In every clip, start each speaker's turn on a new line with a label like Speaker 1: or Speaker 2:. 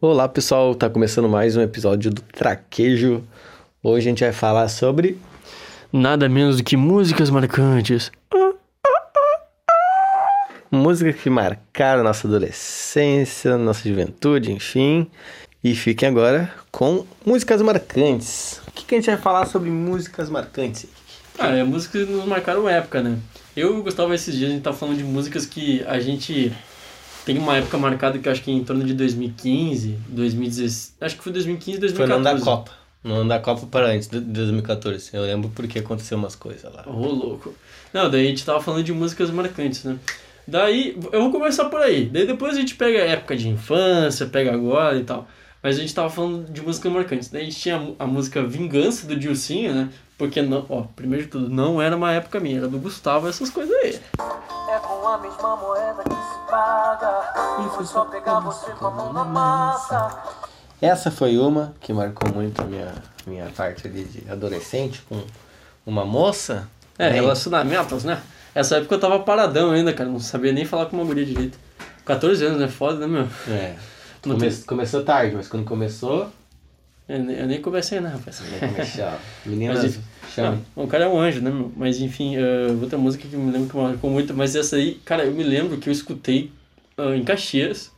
Speaker 1: Olá pessoal, tá começando mais um episódio do Traquejo. Hoje a gente vai falar sobre
Speaker 2: Nada menos do que músicas marcantes.
Speaker 1: músicas que marcaram nossa adolescência, nossa juventude, enfim. E fiquem agora com músicas marcantes. O que, que a gente vai falar sobre músicas marcantes?
Speaker 2: Ah, é músicas que nos marcaram época, né? Eu e o Gustavo, esses dias, a gente tá falando de músicas que a gente tem uma época marcada que eu acho que é em torno de 2015, 2016. Acho que foi 2015,
Speaker 1: Foi no ano
Speaker 2: 2014.
Speaker 1: da Copa. No ano da Copa para antes, de 2014. Eu lembro porque aconteceu umas coisas lá.
Speaker 2: Ô, louco. Não, daí a gente tava falando de músicas marcantes, né? Daí, eu vou começar por aí. Daí depois a gente pega a época de infância, pega agora e tal. Mas a gente tava falando de músicas marcantes. Daí a gente tinha a mu- a música Vingança do Dilcinho, né? Porque, não, ó, primeiro de tudo, não era uma época minha, era do Gustavo, essas coisas aí.
Speaker 3: É com a mesma moeda que se paga. E foi só pegar você com a mão na massa.
Speaker 1: Essa foi uma que marcou muito a minha, minha parte ali de adolescente com uma moça.
Speaker 2: É,
Speaker 1: né?
Speaker 2: relacionamentos, né? Essa época eu tava paradão ainda, cara, não sabia nem falar com uma guria direito. 14 anos, né? Foda, né, meu?
Speaker 1: É.
Speaker 2: Não
Speaker 1: Come- Começou tarde, mas quando começou,
Speaker 2: Eu, ne- eu nem comecei, né, rapaz?
Speaker 1: né, comecei, ó.
Speaker 2: Mas,
Speaker 1: Meninas, chame.
Speaker 2: Não, o cara é um anjo, né, meu? Mas enfim, ah, outra música que eu me lembro que marcou muito, mas essa aí, cara, eu me lembro que eu escutei ah, em Caxias,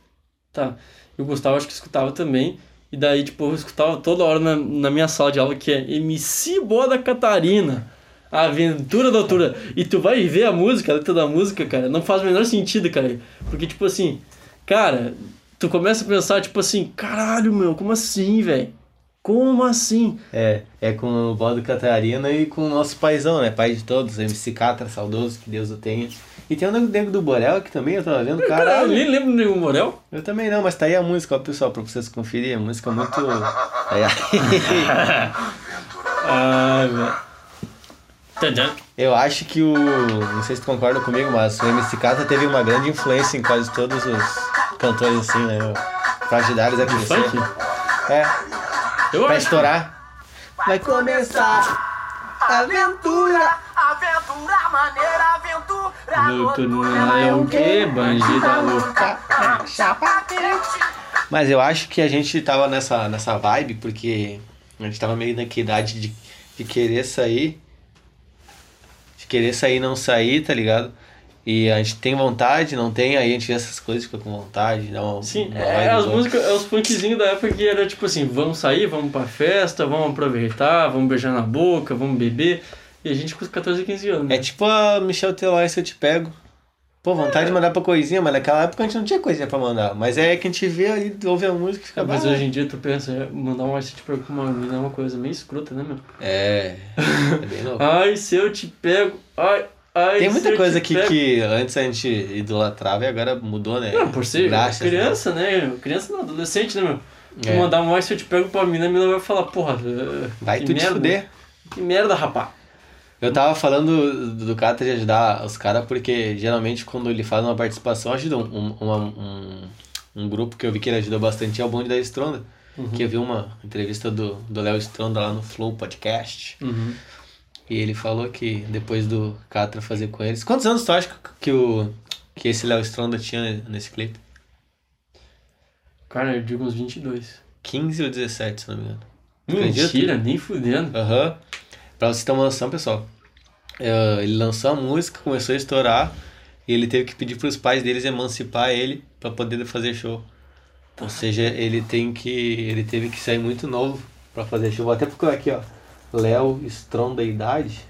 Speaker 2: tá? E o Gustavo acho que escutava também. E daí, tipo, eu escutava toda hora na, na minha sala de aula que é MC Boa da Catarina. A aventura da altura. E tu vai ver a música, a letra da música, cara, não faz o menor sentido, cara. Porque, tipo assim, cara, tu começa a pensar, tipo assim, caralho, meu, como assim, velho? Como assim?
Speaker 1: É, é com o Bodo Catarina e com o nosso paizão, né? Pai de todos, MC Catra, saudoso, que Deus o tenha. E tem o Nego- Nego do Borel aqui também, eu tava vendo,
Speaker 2: Cara, eu
Speaker 1: caralho.
Speaker 2: nem lembro do Nego Morel.
Speaker 1: Eu também não, mas tá aí a música, ó, pessoal, pra vocês conferirem. A música é muito. Aí,
Speaker 2: Ai, velho. Tadã.
Speaker 1: Eu acho que o. Não sei se tu concorda comigo, mas o MC Catra teve uma grande influência em quase todos os cantores, assim, né? Partidários a crescer.
Speaker 2: funk?
Speaker 1: É,
Speaker 2: Eu
Speaker 1: pra
Speaker 2: acho.
Speaker 1: estourar. Vai começar a aventura!
Speaker 3: Aventura maneira, aventura. Tá
Speaker 2: Luto no Lion que bandida louca.
Speaker 3: Chapa quente.
Speaker 1: Mas eu acho que a gente tava nessa, nessa vibe, porque a gente tava meio naquela idade de, de querer sair. De querer sair e não sair, tá ligado? E a gente tem vontade, não tem, aí a gente vê essas coisas, fica com vontade, dá uma.
Speaker 2: Sim,
Speaker 1: uma
Speaker 2: é,
Speaker 1: vibe
Speaker 2: as
Speaker 1: boa.
Speaker 2: músicas, é os funkzinhos da época que era tipo assim, vamos sair, vamos pra festa, vamos aproveitar, vamos beijar na boca, vamos beber. E a gente com os 14, 15 anos. né?
Speaker 1: É tipo a Michel Telói, se eu te pego. Pô, vontade de mandar pra coisinha, mas naquela época a gente não tinha coisinha pra mandar. Mas é que a gente vê ali, ouve a música e fica.
Speaker 2: Ah, Mas
Speaker 1: "Bah".
Speaker 2: hoje em dia tu pensa, é, mandar um WhatsApp pra uma menina é uma coisa meio escrota, né, meu?
Speaker 1: É. É bem louco.
Speaker 2: Ai, se eu te pego, ai, ai,
Speaker 1: Tem
Speaker 2: se
Speaker 1: muita
Speaker 2: eu
Speaker 1: coisa
Speaker 2: te
Speaker 1: que,
Speaker 2: pego.
Speaker 1: que antes a gente idolatrava e agora mudou, né?
Speaker 2: Não, por ser
Speaker 1: Graças, né?
Speaker 2: criança, né? Criança não, adolescente, né, meu? Tu
Speaker 1: É.
Speaker 2: mandar um mais se eu te pego pra mina, a mina vai falar, porra, eh,
Speaker 1: Vai
Speaker 2: que
Speaker 1: tu
Speaker 2: merda,
Speaker 1: te fuder.
Speaker 2: Que merda, rapá.
Speaker 1: Eu tava falando do do Catra de ajudar os caras, porque geralmente quando ele faz uma participação, ajuda um, um, uma- um, um grupo que eu vi que ele ajudou bastante, é o Bonde da Estronda. Que eu vi uma entrevista do do Léo Estronda lá no Flow Podcast. E ele falou que depois do Catra fazer com eles. Quantos anos tu acha que- que, o, que esse Léo Stronda tinha nesse clipe?
Speaker 2: Cara, eu digo uns 22.
Speaker 1: 15 ou 17, se não me engano. Acredita?
Speaker 2: Mentira, nem fudendo.
Speaker 1: Aham. Pra vocês terem uma noção, pessoal. eh, ele lançou a música, começou a estourar. E ele teve que pedir pros pais deles emancipar ele pra poder fazer show. Ou seja, ele tem que. ele teve que sair muito novo pra fazer show. Vou até procurar aqui, ó. Léo Stronda Idade.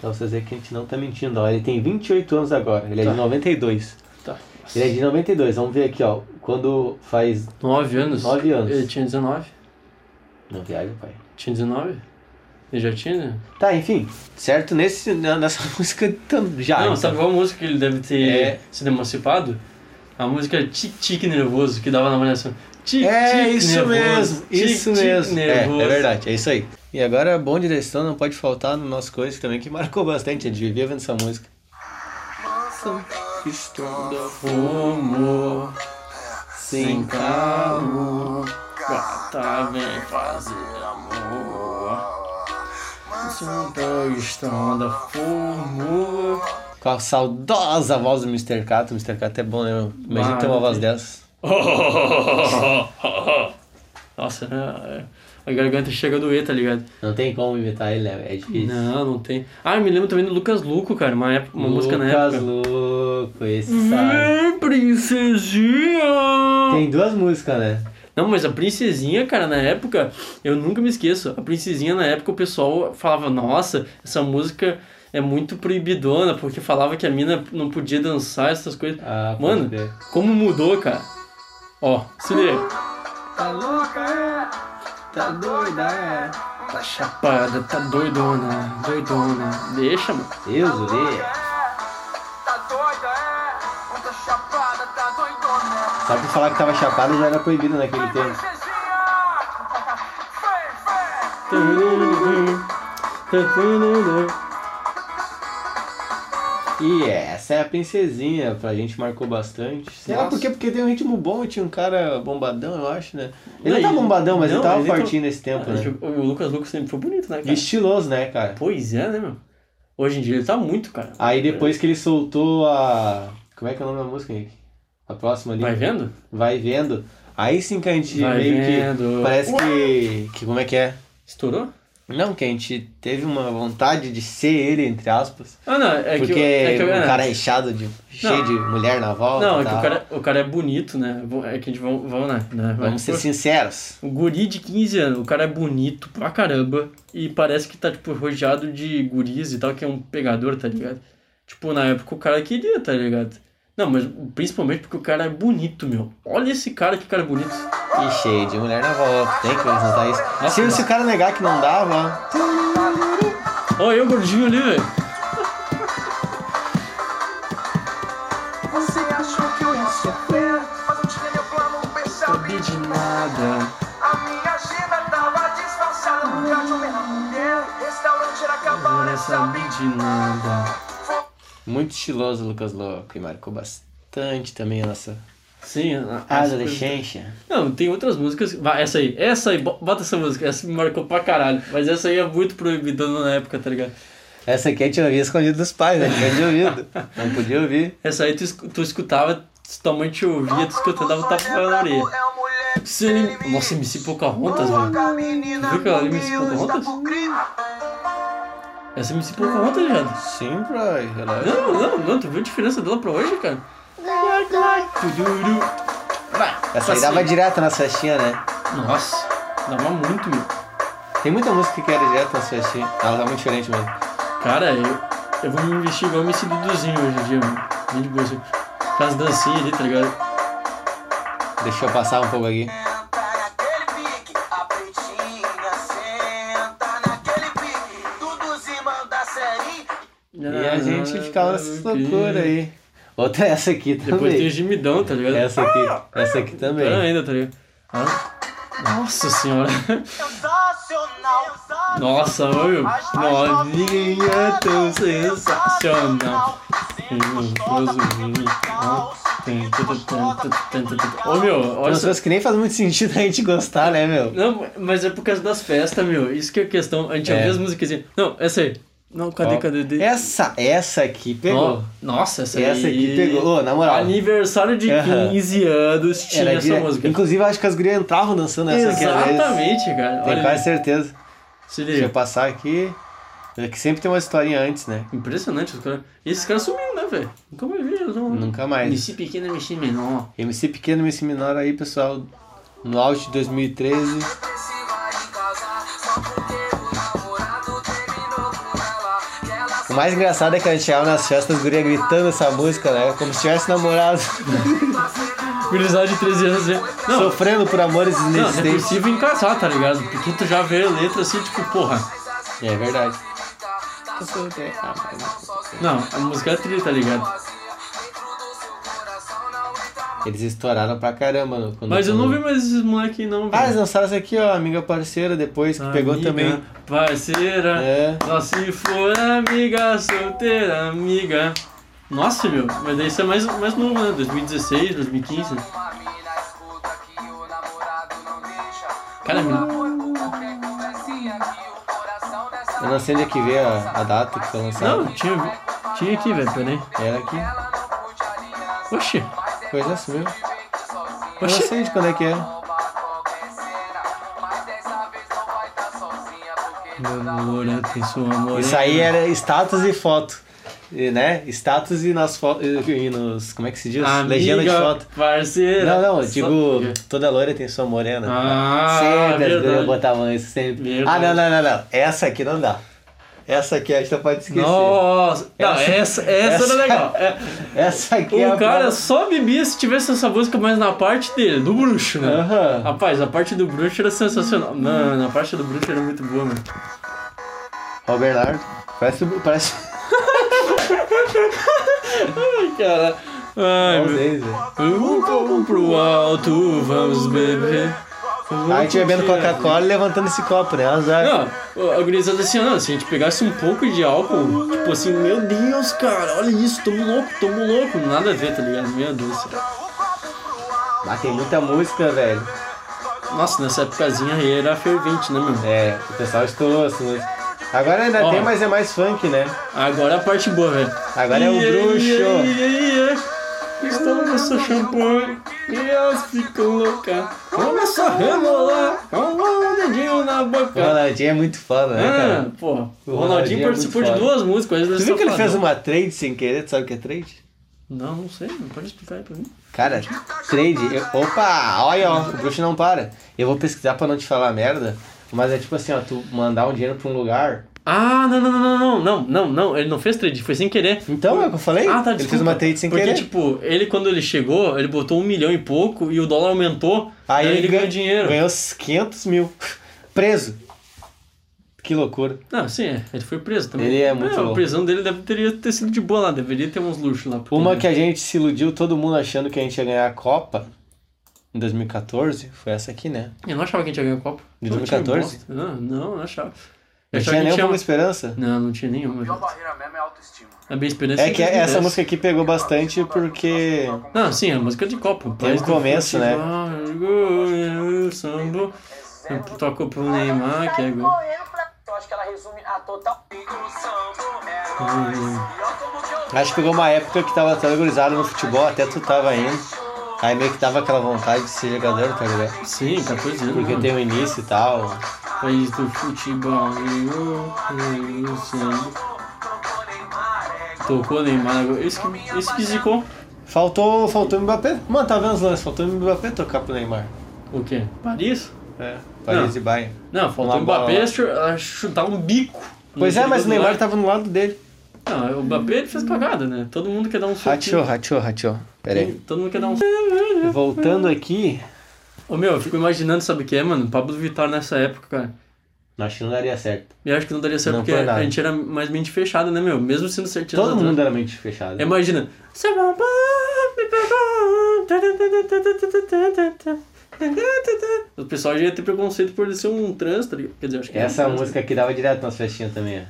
Speaker 1: Pra vocês verem que a gente não tá mentindo, ó. Ele tem 28 anos agora, ele é
Speaker 2: Tá.
Speaker 1: de 92.
Speaker 2: Tá.
Speaker 1: Ele é de 92, vamos ver aqui, ó. Quando faz.
Speaker 2: 9 anos?
Speaker 1: Nove anos.
Speaker 2: Ele tinha 19.
Speaker 1: Não viaja, pai.
Speaker 2: Tinha 19? Ele já tinha, né?
Speaker 1: Tá, enfim. Certo, nesse, na- nessa música tam- já.
Speaker 2: não,
Speaker 1: então.
Speaker 2: sabe qual música que ele deve ter
Speaker 1: É.
Speaker 2: se emancipado? A música Tic Tic Nervoso, que dava na malhação. Tic
Speaker 1: É
Speaker 2: Tic
Speaker 1: isso
Speaker 2: Nervoso.
Speaker 1: mesmo,
Speaker 2: Tic,
Speaker 1: isso
Speaker 2: tic,
Speaker 1: mesmo. É,
Speaker 2: Nervoso.
Speaker 1: é verdade, é isso aí. E agora, bom direção não pode faltar no nosso coisa também, que marcou bastante, a gente vivia vendo essa música.
Speaker 2: Fumo,
Speaker 1: Sim,
Speaker 2: calmo, gata vem fazer amor. assunto estão da fórmula.
Speaker 1: Com a saudosa voz do Mr. Cato. O Mr. Cato é bom, né? meu? Imagina ter uma
Speaker 2: Maravilha.
Speaker 1: voz dessa.
Speaker 2: Nossa, né? a garganta chega a doer, tá ligado?
Speaker 1: Não tem como imitar ele, né? É difícil.
Speaker 2: Não, não tem. Ah, eu me lembro também do Lucas Luco, cara, uma, época, uma música na
Speaker 1: Lucas
Speaker 2: época.
Speaker 1: Louco, esse sabe.
Speaker 2: Vem, princesinha!
Speaker 1: Tem duas músicas, né?
Speaker 2: Não, mas a princesinha, cara, na época, eu nunca me esqueço. A princesinha, na época, o pessoal falava, nossa, essa música é muito proibidona, porque falava que a mina não podia dançar, essas coisas.
Speaker 1: Ah, pode
Speaker 2: Mano,
Speaker 1: crer.
Speaker 2: como mudou, cara. Ó, se liga.
Speaker 1: Tá louca, é? Tá doida, é?
Speaker 2: Tá chapada, tá doidona, doidona. Deixa, mano.
Speaker 1: Deus, Uri.
Speaker 3: é. Tá doida, é? Quando chapada, tá doidona.
Speaker 1: Só por falar que tava chapado já era proibido naquele
Speaker 3: Vem,
Speaker 1: tempo.
Speaker 3: princesinha! Vem, vem!
Speaker 1: E essa é a princesinha, pra gente marcou bastante. Será
Speaker 2: Nossa.
Speaker 1: por quê? Porque tem um ritmo bom, tinha um cara bombadão, eu acho, né? Ele não
Speaker 2: Não,
Speaker 1: tá bombadão, mas
Speaker 2: não,
Speaker 1: ele tava
Speaker 2: mas ele tá-
Speaker 1: fortinho nesse tempo, né?
Speaker 2: O Lucas Lucas sempre foi bonito, né,
Speaker 1: E
Speaker 2: cara?
Speaker 1: estiloso, né, cara?
Speaker 2: Pois é, né, meu? Hoje em dia ele tá muito, cara.
Speaker 1: Aí depois que ele soltou a. Como é que é o nome da música, Henrique? A próxima ali.
Speaker 2: Vai vendo?
Speaker 1: Vai vendo. Aí sim que a gente
Speaker 2: Vai
Speaker 1: meio
Speaker 2: vendo.
Speaker 1: que. Parece que. que. Como é que é?
Speaker 2: Estourou?
Speaker 1: Não, que a gente teve uma vontade de ser ele, entre aspas.
Speaker 2: Ah, não, é
Speaker 1: porque
Speaker 2: que, é que
Speaker 1: o
Speaker 2: é,
Speaker 1: cara é inchado de. cheio de mulher na volta.
Speaker 2: Não,
Speaker 1: e
Speaker 2: é que
Speaker 1: tal.
Speaker 2: o cara, o cara é bonito, né? É que a gente vamos, vamos né? né?
Speaker 1: Vamos ser sinceros.
Speaker 2: O guri de 15 anos, o cara é bonito pra caramba e parece que tá, tipo, rodeado de guris e tal, que é um pegador, tá ligado? Tipo, na época o cara queria, tá ligado? Não, mas principalmente porque o cara é bonito, meu. Olha esse cara, que cara bonito.
Speaker 1: E cheio de mulher na volta. Tem que constatar isso. se, se o cara negar que não dava.
Speaker 2: Ó, eu gordinho ali, velho.
Speaker 3: Você achou que eu ia sofrer? Mas eu tinha meu plano, um pensava em
Speaker 2: de nada.
Speaker 3: A minha agenda tava disfarçada no lugar de homem na mulher. Restaurante era acabar, sabe?
Speaker 2: de nada.
Speaker 1: Muito estiloso, Lucas Louco. E marcou bastante também a nossa.
Speaker 2: Sim, a-
Speaker 1: A
Speaker 2: as coisas-
Speaker 1: adolescência.
Speaker 2: Não, tem outras músicas. Vai, essa aí, essa aí, bo- bota essa música. Essa me marcou pra caralho. Mas essa aí é muito proibidona na época, tá ligado?
Speaker 1: Essa aqui a gente ouvia escondido dos pais, né? Tinha de ouvido. Não podia ouvir.
Speaker 2: Essa aí tu, escu- tu escutava, se tua mãe te ouvia, tu escutava, dava um tapa na orelha.
Speaker 3: É uma mulher que
Speaker 2: Sim.
Speaker 3: serviço.
Speaker 2: Nossa, MC Pocahontas, velho.
Speaker 3: Coloca a menina
Speaker 2: Viu que ela ali me
Speaker 3: comigo,
Speaker 2: escuta
Speaker 3: está
Speaker 2: ontem?
Speaker 3: por crime.
Speaker 2: Essa MC Pocahontas, viado.
Speaker 1: Sim, é pra.
Speaker 2: Não, não, não, tu viu a diferença dela pra hoje, cara? Tuduru.
Speaker 1: Essa aí dava direto nas festinhas, né?
Speaker 2: Nossa, dava muito, meu.
Speaker 1: Tem muita música que era direto nas festinhas. Ela tá muito diferente mesmo.
Speaker 2: Cara, eu, eu vou me investir igual me Duduzinho hoje em dia, mano. Bem de boa, assim. Aquelas dancinhas ali, tá ligado?
Speaker 1: Deixa eu passar um pouco aqui.
Speaker 3: Senta naquele pique, a pretinha senta naquele pique. Tudo se manda série.
Speaker 2: E
Speaker 1: E a gente ficava nessas loucuras aí. Outra é essa aqui
Speaker 2: Depois tem o
Speaker 1: também.
Speaker 2: gemidão, tá ligado?
Speaker 1: Essa aqui. Essa aqui
Speaker 2: Pior
Speaker 1: também.
Speaker 2: ainda, tá ligado? Ah. Nossa senhora.
Speaker 3: Sensacional.
Speaker 2: Nossa, meu.
Speaker 3: As
Speaker 2: Novinha é tão
Speaker 3: tão
Speaker 2: sensacional.
Speaker 3: Sempre gostosa, sempre legal, sempre gostosa, sempre legal.
Speaker 2: Ô meu,
Speaker 1: As
Speaker 2: olha só.
Speaker 1: pessoas que nem faz muito sentido a gente gostar, né, meu?
Speaker 2: Não, mas é por causa das festas, meu. Isso que é questão. A gente
Speaker 1: É.
Speaker 2: ouvia as músicas. assim. Não, essa aí. Não, cadê,
Speaker 1: Ó,
Speaker 2: cadê? cadê?
Speaker 1: Essa, essa aqui pegou.
Speaker 2: No- Nossa, essa,
Speaker 1: Essa
Speaker 2: aí-
Speaker 1: aqui pegou. Ô, na moral.
Speaker 2: Aniversário de
Speaker 1: Aham.
Speaker 2: 15 anos tinha
Speaker 1: Era
Speaker 2: essa
Speaker 1: dire-
Speaker 2: música.
Speaker 1: Inclusive, eu acho que as gurias entravam dançando essa aqui às vezes.
Speaker 2: Exatamente, cara.
Speaker 1: Tenho
Speaker 2: Olha,
Speaker 1: quase certeza.
Speaker 2: se
Speaker 1: Deixa eu
Speaker 2: liga.
Speaker 1: passar aqui. É que sempre tem uma historinha antes, né?
Speaker 2: Impressionante os caras. E esses caras sumiram, né, velho? Nunca mais vi eles, não.
Speaker 1: Nunca mais.
Speaker 2: MC pequeno, MC menor.
Speaker 1: MC Pequeno, MC Menor aí, pessoal. No auge de 2013.
Speaker 3: Se vai em casa, só porque o namorado terminou com ela. Que ela
Speaker 1: O mais engraçado é que a gente chegava nas festas, as gurias gritando essa música, né? Como se tivesse namorado,
Speaker 2: Gurizada de 13 anos, né? Não,
Speaker 1: sofrendo por amores
Speaker 2: Não, é
Speaker 1: inexistentes.
Speaker 2: possível encaixar, tá ligado? Porque tu já vê a letra assim, tipo, porra.
Speaker 1: É verdade.
Speaker 2: Não, a música é tri, tá ligado?
Speaker 1: Eles estouraram pra caramba. mano, Quando
Speaker 2: Mas eu não vi mais esses moleque não,
Speaker 1: Ah, eles
Speaker 2: velho.
Speaker 1: lançaram essa aqui, ó, Amiga Parceira, depois, que pegou
Speaker 2: Ah, Amiga,
Speaker 1: também.
Speaker 2: Parceira.
Speaker 1: É.
Speaker 2: Nossa, se for amiga, solteira, amiga. Nossa, meu, mas daí isso é mais, mais novo, né? 2016, 2015. né? Cara, meu,
Speaker 1: Eu não sei onde é que vê a, a data que foi lançada.
Speaker 2: Não, tinha, tinha aqui, velho, peraí.
Speaker 1: Era aqui.
Speaker 2: Oxi,
Speaker 3: é
Speaker 1: Coisa assim mesmo. Eu não
Speaker 2: Oxi.
Speaker 1: sei de quando é que é.
Speaker 3: tá
Speaker 2: namora, tem sua amor.
Speaker 1: Isso aí é era status e foto. E, né? Status e nas fotos. E nos. Como é que se diz?
Speaker 2: Amiga,
Speaker 1: Legenda de foto.
Speaker 2: Parceira.
Speaker 1: Não, não, eu
Speaker 2: Só-
Speaker 1: digo, toda loira tem sua morena.
Speaker 2: Ah,
Speaker 1: sempre as
Speaker 2: verdade.
Speaker 1: gurias botavam isso sempre.
Speaker 2: Verdade.
Speaker 1: Ah, não, não, não, não. Essa aqui não dá. Essa aqui a gente não pode esquecer.
Speaker 2: Nossa, não, essa,
Speaker 1: Essa- essa-
Speaker 2: essa, era legal. É,
Speaker 1: Essa aqui é a
Speaker 2: o Um cara
Speaker 1: prova.
Speaker 2: só bebia se tivesse essa música, mas na parte dele, do bruxo, né?
Speaker 1: Aham.
Speaker 2: Rapaz, a parte do bruxo era sensacional. Mano, a parte do bruxo era muito boa, mano.
Speaker 1: Ó, o Bernardo. Parece. Parece.
Speaker 2: Ai, cara. Ai, meu.
Speaker 1: Talvez, velho.
Speaker 2: Um copo pro alto, vamos beber.
Speaker 1: a gente Tá bebendo Coca-Cola e levantando esse copo, né? Azar.
Speaker 2: Não, a gurizada assim, ó, não, se a gente pegasse um pouco de álcool, tipo assim, meu Deus, cara, olha isso, tamo louco, tamo louco. Nada a ver, tá ligado? Meu Deus. cara.
Speaker 1: Ah, tem muita música, velho.
Speaker 2: Nossa, nessa épocazinha aí era fervente, né, meu?
Speaker 1: É, o pessoal estourou essa música. Agora ainda
Speaker 2: Ó.
Speaker 1: tem, mas é mais funk, né?
Speaker 2: Agora é a parte boa, velho.
Speaker 1: Agora é o
Speaker 2: Iê,
Speaker 1: bruxo.
Speaker 2: iê, iê, iê. Estamos nessa champanhe e elas ficam loucas. Começa a remolar com o um dedinho na
Speaker 1: O
Speaker 2: boca.
Speaker 1: Ronaldinho é muito foda, né, cara?
Speaker 2: Ah, porra. O
Speaker 1: O Ronaldinho
Speaker 2: Ronaldinho
Speaker 1: é
Speaker 2: participou
Speaker 1: muito
Speaker 2: de
Speaker 1: foda.
Speaker 2: duas músicas. né?
Speaker 1: Tu viu que ele fez uma trade sem querer? Tu sabe o que é trade?
Speaker 2: Não, não sei, não pode explicar aí pra mim.
Speaker 1: Cara, trade. eu- opa, olha, ó, o bruxo não para. Eu vou pesquisar pra não te falar merda, mas é tipo assim, ó, tu mandar um dinheiro pra um lugar.
Speaker 2: Ah, não, não, não, não, não, não, não, ele não fez trade, foi sem querer.
Speaker 1: Então, é o que eu falei?
Speaker 2: Ah, tá, desculpa.
Speaker 1: ele fez uma trade sem
Speaker 2: Porque,
Speaker 1: querer.
Speaker 2: tipo, ele quando ele chegou, ele botou um milhão e pouco e o dólar aumentou,
Speaker 1: Aí ele,
Speaker 2: ganhou
Speaker 1: gan-
Speaker 2: dinheiro.
Speaker 1: Ganhou uns 500 mil. Preso. Que loucura.
Speaker 2: Não, sim, é, ele foi preso também.
Speaker 1: Ele é muito
Speaker 2: Não, A
Speaker 1: louco.
Speaker 2: prisão dele deve, teria ter sido de boa lá, deveria ter uns luxos lá. porque-
Speaker 1: Uma que é- a gente se iludiu, todo mundo achando que a gente ia ganhar a Copa em 2014, foi essa aqui, né?
Speaker 2: Eu não achava que a gente ia ganhar o Copa.
Speaker 1: De
Speaker 2: Não,
Speaker 1: 2014?
Speaker 2: tinha bosta. Não, não, não achava. Eu
Speaker 1: Não
Speaker 2: achava
Speaker 1: tinha
Speaker 2: que a gente
Speaker 1: nenhuma
Speaker 2: ia...
Speaker 1: esperança.
Speaker 2: Não, não tinha nenhuma. velho.
Speaker 3: barreira mesmo é autoestima.
Speaker 2: A minha esperança
Speaker 1: É que essa
Speaker 2: 2010.
Speaker 1: música aqui pegou bastante porque.
Speaker 2: Não, Ah, sim, a música de copo.
Speaker 1: Tem um começo, né?
Speaker 2: Samba. Tocou pro Neymar, que é gol.
Speaker 3: Eu Então, acho que ela resume a total inclusão do herói. E ó como que eu
Speaker 1: Acho que pegou uma época que tava tão agorizado no futebol, até tu tava indo. Aí meio que tava aquela vontade de ser jogador, tá ligado?
Speaker 2: Sim, 14 anos.
Speaker 1: Porque
Speaker 2: mano.
Speaker 1: tem o início e tal.
Speaker 2: País do futebol. eu- eu samba.
Speaker 3: tocou Neymar é
Speaker 2: Tocou Neymar. agora. Esse que, esse que zicou.
Speaker 1: Faltou, faltou o Mbappé. Mano, tá vendo os lances? Faltou o Mbappé tocar pro Neymar.
Speaker 2: O quê? Paris?
Speaker 1: É. Paris
Speaker 2: Não.
Speaker 1: e Bayern.
Speaker 2: Não, faltou
Speaker 1: Uma
Speaker 2: o Mbappé
Speaker 1: bola.
Speaker 2: chu- a chutar um bico.
Speaker 1: Pois é,
Speaker 2: Não
Speaker 1: mas o
Speaker 2: chegou do
Speaker 1: Neymar
Speaker 2: lado.
Speaker 1: tava no lado dele.
Speaker 2: Não, o Mbappé ele fez cagada, né? Todo mundo quer dar um
Speaker 1: Rachou,
Speaker 2: soquinho.
Speaker 1: rachou, rachou. Pera aí.
Speaker 2: Todo mundo quer dar um
Speaker 1: Voltando aqui.
Speaker 2: Ô meu, eu fico imaginando, sabe o que é, mano? Pablo Vittar nessa época, cara.
Speaker 1: Acho que não daria certo.
Speaker 2: Eu acho que não daria certo
Speaker 1: Não
Speaker 2: porque
Speaker 1: foi nada.
Speaker 2: a gente era mais mente fechada, né, meu? Mesmo sendo certinho.
Speaker 1: Todo mundo é- era mente fechada.
Speaker 2: Imagina. Seu babá me pegou. O pessoal já ia ter preconceito por ele ser um trans, tá ligado? Quer dizer, acho que
Speaker 1: Essa
Speaker 2: era um trans.
Speaker 1: música aqui dava direto nas festinhas também, ó.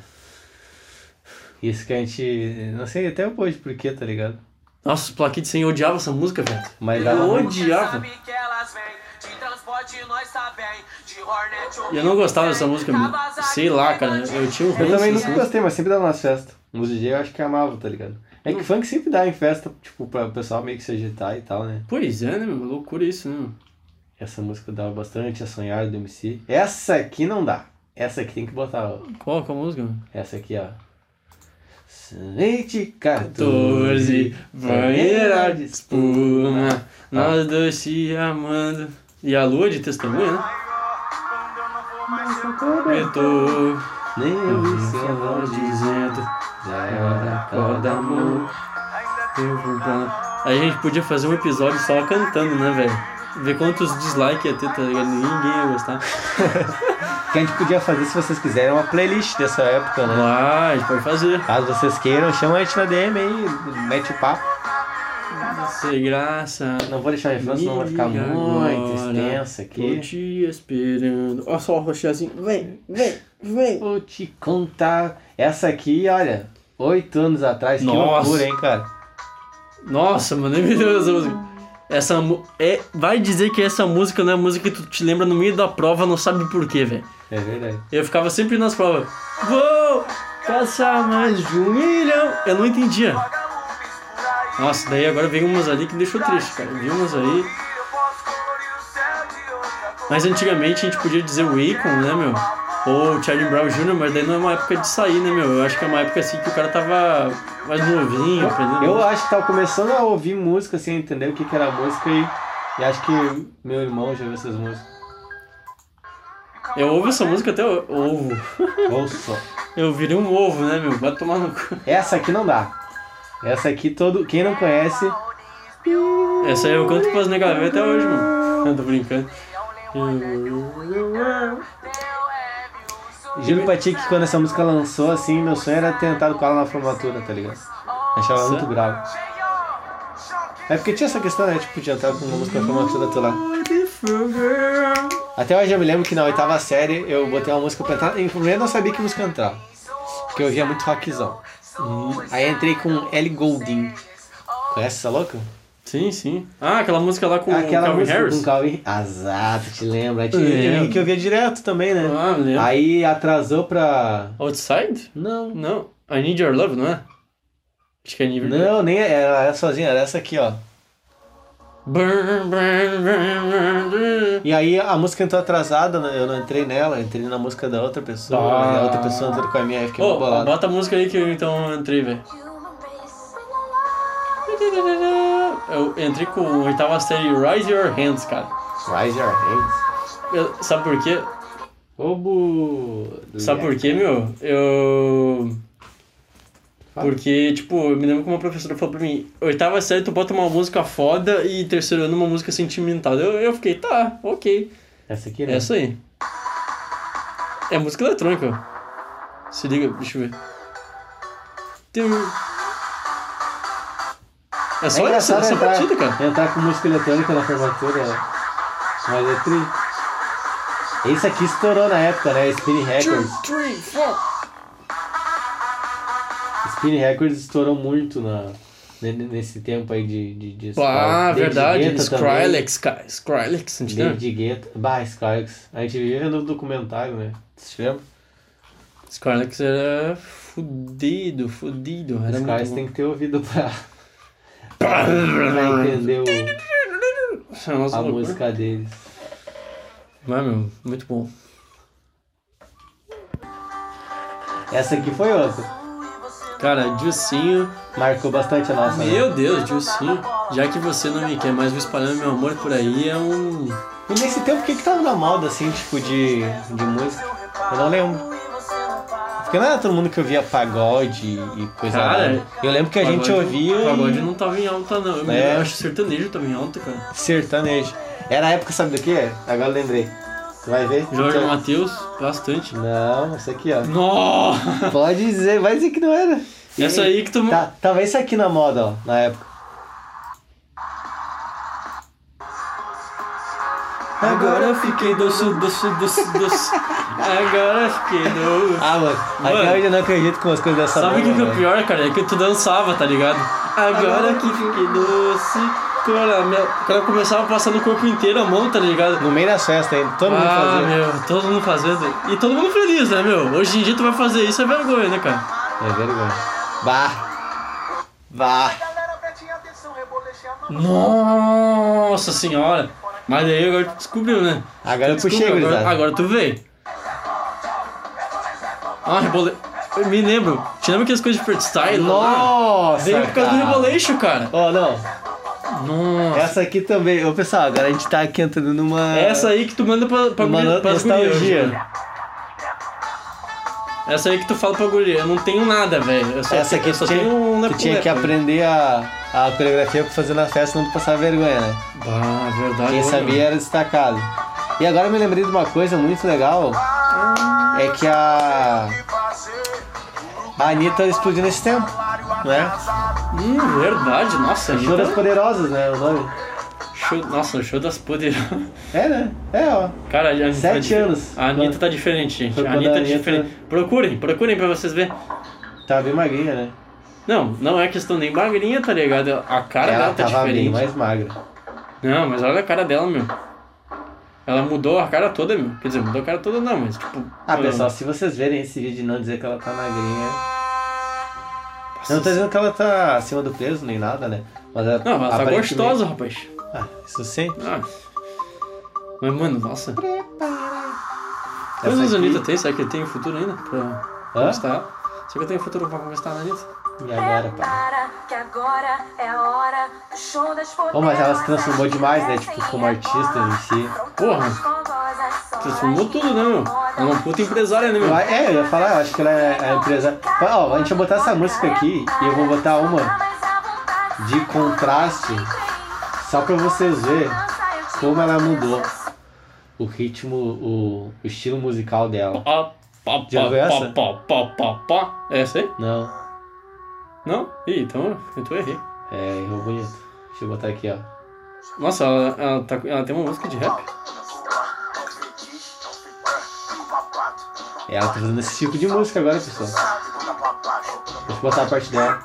Speaker 1: Isso que a gente. Não sei até hoje porquê, tá ligado?
Speaker 2: Nossa, os plaquitos sem odiava essa música, velho.
Speaker 1: Mas dava.
Speaker 2: Eu
Speaker 1: muito.
Speaker 2: odiava.
Speaker 3: Sabe que elas vêm de transporte, nós sabem, de Hornet ou
Speaker 2: E eu não gostava dessa música, meu. sei lá, cara. Eu tinha um
Speaker 1: Eu também
Speaker 2: ranço.
Speaker 1: nunca gostei, mas sempre dava nas festas. Os DJ eu acho que amava, tá ligado? É que funk sempre dá em festa, tipo, pra o pessoal meio que se agitar e tal, né?
Speaker 2: Pois é, né, meu? Loucura isso, né? meu?
Speaker 1: Essa música dava bastante, a sonhar do MC. Essa aqui não dá. Essa aqui tem que botar, ó.
Speaker 2: Qual que é a música, mano?
Speaker 1: Essa aqui, ó. Leite 14.
Speaker 2: 14, banheira de espuma, nós dois se amando. E a lua de testemunha, né? Metou,
Speaker 1: Nem eu vi
Speaker 2: a voz
Speaker 1: seu
Speaker 2: dizendo,
Speaker 1: Já é hora,
Speaker 2: acorda amor, eu vou pra... A gente podia fazer um episódio só cantando, né, velho? Ver quantos dislikes ia ter, tá ligado? Ninguém ia gostar.
Speaker 1: que a gente podia fazer, se vocês quiserem, uma playlist dessa época, né?
Speaker 2: Vai, a gente pode fazer.
Speaker 1: Caso vocês queiram, chama a gente na DM aí, mete o papo.
Speaker 2: Sem graça.
Speaker 1: Não vou deixar o refrão, senão vai ficar
Speaker 2: Me liga
Speaker 1: muito
Speaker 2: agora.
Speaker 1: extensa
Speaker 2: Tô
Speaker 1: aqui.
Speaker 2: te esperando. Olha só o rochezinho. Vem, vem, vem.
Speaker 1: Vou te contar. Essa aqui, olha, oito anos atrás,
Speaker 2: Nossa.
Speaker 1: que loucura, hein, cara?
Speaker 2: Nossa, mano, nem me deu essa música. Essa mu- é, vai dizer que essa música não é a música que tu te lembra no meio da prova, não sabe por quê, velho.
Speaker 1: É verdade.
Speaker 2: Eu ficava sempre nas provas. Vou caçar mais de um milhão. Eu não entendia.
Speaker 3: vagalumes por aí.
Speaker 2: Nossa, daí agora veio umas ali que me deixou triste, cara. Viu umas aí.
Speaker 3: Eu posso colorir o céu de outra cor.
Speaker 2: Mas antigamente a gente podia dizer o Akon, né, meu? Ou o Charlie Brown Jr., mas daí não é uma época de sair, né, meu? Eu acho que é uma época assim que o cara tava mais novinho, aprendendo.
Speaker 1: Eu acho que tava começando a ouvir música sem entender o que, que era música e, e acho que meu irmão já ouviu essas músicas.
Speaker 2: Eu ouvo essa música até o- ovo.
Speaker 1: Ouça.
Speaker 2: Eu virei um ovo, né, meu? Vai tomar no cu.
Speaker 1: Essa aqui não dá. Essa aqui todo. Quem não conhece.
Speaker 2: Essa aí eu canto pras negadas até hoje, mano. Tô brincando.
Speaker 1: Juro pra ti que quando essa música lançou, assim, meu sonho era ter entrado com ela na formatura, tá ligado? Achava ela muito grave. É porque tinha essa questão, né? Tipo, de entrar com uma música na formatura do teu lado. Até hoje eu me lembro que na oitava série eu botei uma música pra entrar. E primeiro eu não sabia que música entrar. Porque eu via muito rockzão. Hum, Aí entrei com Ellie Goulding. Conhece essa louca?
Speaker 2: Sim, sim. Ah, aquela música lá com o
Speaker 1: Aquela
Speaker 2: Calvin
Speaker 1: música
Speaker 2: Harris?
Speaker 1: com Calvin Azar, tu te lembra? Aí Te...
Speaker 2: Lembro.
Speaker 1: Que eu via direto também, né?
Speaker 2: Ah, lembro.
Speaker 1: Aí atrasou pra.
Speaker 2: Outside?
Speaker 1: Não.
Speaker 2: Não. I Need Your Love, não é? Acho que é nível.
Speaker 1: Não, nem era essa sozinha, era essa aqui, ó.
Speaker 2: Burn, burn, burn, burn, burn.
Speaker 1: E aí a música entrou atrasada, né? eu não entrei nela, eu entrei na música da outra pessoa,
Speaker 2: Ah.
Speaker 1: e a outra pessoa entrou com a minha, aí fiquei
Speaker 2: Ô,
Speaker 1: oh, bolado.
Speaker 2: bota a música aí que eu então entrei, velho. Eu entrei com a oitava série Rise Your Hands, cara.
Speaker 1: Rise Your Hands.
Speaker 2: Eu- sabe por quê?
Speaker 1: Obo...
Speaker 2: Sabe por quê, meu? Eu.
Speaker 1: Fala.
Speaker 2: Porque, tipo, eu me lembro que uma professora falou pra mim: oitava série, tu bota uma música foda e terceiro ano uma música sentimental. Eu, eu fiquei, tá, ok.
Speaker 1: Essa aqui,
Speaker 2: É
Speaker 1: né?
Speaker 2: essa aí. É música eletrônica. ó. Se liga, deixa eu ver. Tum. É só essa,
Speaker 1: engraçado
Speaker 2: essa
Speaker 1: entrar,
Speaker 2: batida, cara.
Speaker 1: entrar com música eletrônica na formatura, né? uma letrinha. Esse aqui estourou na época, né? Spin Records.
Speaker 2: three, four.
Speaker 1: Spin Records estourou muito na, ne- nesse tempo aí de, de, de
Speaker 2: Ah,
Speaker 1: escola. David
Speaker 2: verdade.
Speaker 1: Guetta também.
Speaker 2: Skrillex, né? cara. Skrillex, entendeu?
Speaker 1: David Guetta. Bah, Skrillex. A gente vivia no documentário, né? Você se lembra?
Speaker 2: Skrillex era fudido, fudido. Era muito
Speaker 1: Skrillex
Speaker 2: bom.
Speaker 1: tem que ter ouvido pra, pra entender o-
Speaker 2: Nossa, uma
Speaker 1: a
Speaker 2: loucura.
Speaker 1: música deles.
Speaker 2: Mas, meu, muito bom.
Speaker 1: Essa aqui foi outra.
Speaker 2: Cara, Dilcinho.
Speaker 1: Marcou bastante a nossa. né?
Speaker 2: Meu Deus, Dilcinho. Já que você não me quer mais, vou espalhando meu amor por aí. É um.
Speaker 1: E nesse tempo, o que que tava na moda, assim, tipo, de, de música? Eu não lembro. Porque não era todo mundo que ouvia pagode e coisa
Speaker 2: Cara,
Speaker 1: nada. Eu lembro que a gente
Speaker 2: Pagode-
Speaker 1: ouvia
Speaker 2: Pagode
Speaker 1: e-
Speaker 2: não tava em alta, não. Eu me
Speaker 1: É.
Speaker 2: lembro, acho que sertanejo tava em alta, cara.
Speaker 1: sertanejo. Era a época, sabe do que? Agora eu lembrei. Tu vai ver?
Speaker 2: Jorge
Speaker 1: Tu-
Speaker 2: Matheus, bastante.
Speaker 1: Não, essa aqui, ó.
Speaker 2: Nossa!
Speaker 1: Pode dizer, vai dizer que não era.
Speaker 2: Essa aí que tu.
Speaker 1: Tá, tava isso aqui na moda, ó, na época.
Speaker 2: Agora eu fiquei doce, doce, doce, doce. Agora eu fiquei doce.
Speaker 1: Ah, mano,
Speaker 2: Mano.
Speaker 1: até hoje eu não acredito com as coisas dessa né?
Speaker 2: Sabe o que,
Speaker 1: banda,
Speaker 2: que é o
Speaker 1: velho.
Speaker 2: pior, cara? É que tu dançava, tá ligado? Agora que fiquei doce, caramelo. O cara começava a passar no corpo inteiro a mão, tá ligado?
Speaker 1: No meio das festas ainda, todo mundo
Speaker 2: Ah,
Speaker 1: fazia.
Speaker 2: meu, todo mundo fazendo. E todo mundo feliz, né, meu? Hoje em dia tu vai fazer isso, é vergonha, né, cara?
Speaker 1: É vergonha. Bah! Bah!
Speaker 3: Galera, prestem atenção, rebolexei a mão.
Speaker 2: Nossa senhora! Mas daí agora tu descobriu, né?
Speaker 1: Agora eu
Speaker 2: Descobriu,
Speaker 1: puxei,
Speaker 2: agora,
Speaker 1: gurizada.
Speaker 2: agora tu veio. Ah, rebole... Eu me lembro. Te lembra aquelas coisas de freestyle? lá?
Speaker 1: Nossa!
Speaker 2: né? Veio por causa do
Speaker 1: cara.
Speaker 2: rebolation, cara.
Speaker 1: Ó, não.
Speaker 2: Nossa.
Speaker 1: Essa aqui também. Ô, pessoal, agora a gente tá aqui entrando numa...
Speaker 2: É Essa aí que tu manda pra, pra
Speaker 1: Uma
Speaker 2: guria, pras
Speaker 1: nostalgia.
Speaker 2: gurias, né? Essa aí que tu fala pra guria, eu não tenho nada, velho. Eu só,
Speaker 1: Essa aqui
Speaker 2: eu só
Speaker 1: tu tinha,
Speaker 2: tenho um
Speaker 1: tu tinha que
Speaker 2: lepo-lepo.
Speaker 1: aprender a, a coreografia pra fazer na festa, não pra passar vergonha, né?
Speaker 2: Bah, verdade.
Speaker 1: Quem
Speaker 2: né,
Speaker 1: sabia era destacado. E agora eu me lembrei de uma coisa muito legal. É que a, a Anitta explodiu nesse tempo, né?
Speaker 2: meu? Hum, verdade, nossa.
Speaker 1: Show das
Speaker 2: Anitta-
Speaker 1: Poderosas, né? O nome.
Speaker 2: show, nossa, show das poderosas.
Speaker 1: É, né? É, ó.
Speaker 2: Cara, a Anitta
Speaker 1: Sete
Speaker 2: tá dif-
Speaker 1: anos.
Speaker 2: A Anitta
Speaker 1: Quando-
Speaker 2: tá diferente, gente.
Speaker 1: Foi
Speaker 2: A
Speaker 1: quando
Speaker 2: Anitta
Speaker 1: a
Speaker 2: tá
Speaker 1: Anitta-
Speaker 2: diferente. Procurem, procurem pra vocês verem.
Speaker 1: Tava bem magrinha, né?
Speaker 2: Não, não é questão nem magrinha, tá ligado? A cara
Speaker 1: Ela
Speaker 2: dela tá
Speaker 1: tava
Speaker 2: diferente.
Speaker 1: bem mais magra.
Speaker 2: Não, mas olha a cara dela, meu. Ela mudou a cara toda, meu. Quer dizer, mudou a cara toda não, mas tipo.
Speaker 1: Ah,
Speaker 2: mano,
Speaker 1: pessoal, se vocês verem esse vídeo e não dizer que ela tá magrinha.
Speaker 2: nossa,
Speaker 1: Eu não tô dizendo que ela tá acima do peso nem nada, né? Mas ela,
Speaker 2: Não, ela tá
Speaker 1: aparentemente-
Speaker 2: gostosa, rapaz.
Speaker 1: Ah, isso sim.
Speaker 2: Ah. Mas, mano, nossa.
Speaker 1: Essa
Speaker 2: Quantos anos a
Speaker 1: aqui-
Speaker 2: Anitta tem? Será que tem um futuro ainda pra
Speaker 1: Hã?
Speaker 2: conquistar? Será que tem um futuro pra conquistar a Anitta?
Speaker 1: E agora, pá?
Speaker 4: Para, que agora é a hora do show das
Speaker 1: Pô, mas ela se transformou demais, né? Tipo, como artista em si.
Speaker 2: Porra. Transformou tudo, né, meu? Ela é uma puta empresária, né, meu?
Speaker 1: Eu- É, eu ia falar, eu acho que ela é a empresa. Ó, a gente vai botar essa música aqui e eu vou botar uma de contraste só pra vocês verem como ela mudou o ritmo, o, o estilo musical dela.
Speaker 2: Pá, pá,
Speaker 1: Já
Speaker 2: pá,
Speaker 1: viu essa?
Speaker 2: pá, pá, pá, pá. É essa aí?
Speaker 1: Não,
Speaker 2: Não? Ih, então eu tô errei.
Speaker 1: é, errou bonito. Deixa eu botar aqui, ó.
Speaker 2: Nossa, ela, ela, tá, ela tem uma música de rap?
Speaker 1: É, Ela tá fazendo esse tipo de música agora, pessoal. Deixa eu botar a parte dela.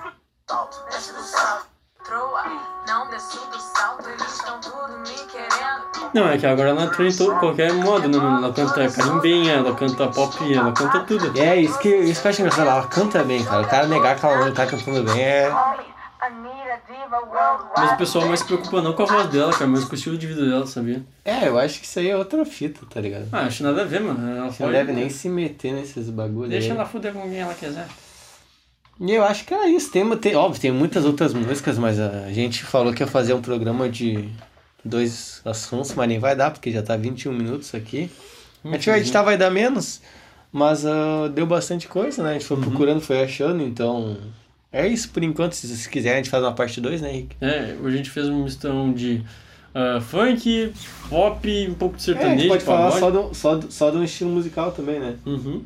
Speaker 4: Não desço do salto, eles estão tudo me querendo.
Speaker 2: Não, é que agora ela entrou em todo, qualquer modo, né, mano? Ela canta carimbinha, ela canta pop, ela canta tudo.
Speaker 1: É, isso que, isso que eu acho engraçado. Ela canta bem, cara. O cara negar que ela não tá cantando bem é.
Speaker 2: Mas o pessoal mais se preocupa não com a voz dela, cara, mas com o estilo de vida dela, sabia?
Speaker 1: É, eu acho que isso aí é outra fita, tá ligado?
Speaker 2: Ah, acho nada a ver, mano. Ela
Speaker 1: Não
Speaker 2: pode-
Speaker 1: deve nem se meter nesses bagulhos.
Speaker 2: Deixa ela fuder com quem ela quiser.
Speaker 1: E eu acho que era isso. Tem, tem, óbvio, tem muitas outras músicas, mas a gente falou que ia fazer um programa de dois assuntos, mas nem vai dar, porque já tá 21 minutos aqui. A gente
Speaker 2: Uhum.
Speaker 1: vai editar, vai dar menos, mas ah, deu bastante coisa, né? A gente
Speaker 2: Uhum.
Speaker 1: foi procurando, foi achando, então. É isso por enquanto. Se vocês quiserem, a gente faz uma parte 2, né, Henrique?
Speaker 2: É, hoje a gente fez uma mistão de ah, funk, pop, um pouco de
Speaker 1: É, a gente
Speaker 2: sertanejo,
Speaker 1: pode falar
Speaker 2: pagode.
Speaker 1: só do, só, do, só do estilo musical também, né?
Speaker 2: Uhum.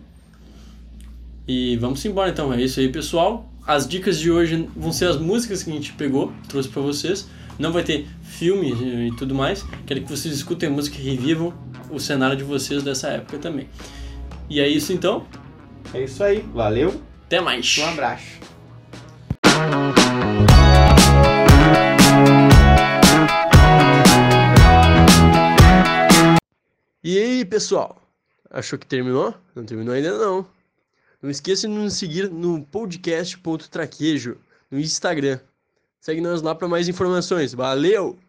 Speaker 2: E vamos embora então, é isso aí pessoal. As dicas de hoje vão ser as músicas que a gente pegou, trouxe pra vocês. Não vai ter filme eh, e tudo mais. Quero que vocês escutem música e revivam o cenário de vocês dessa época também. E é isso então.
Speaker 1: É isso aí. Valeu,
Speaker 2: Até mais.
Speaker 1: um abraço.
Speaker 2: E aí, pessoal? Achou que terminou? Não terminou ainda não. Não esqueça de nos seguir no podcast.traquejo no Instagram. Segue nós lá para mais informações. Valeu!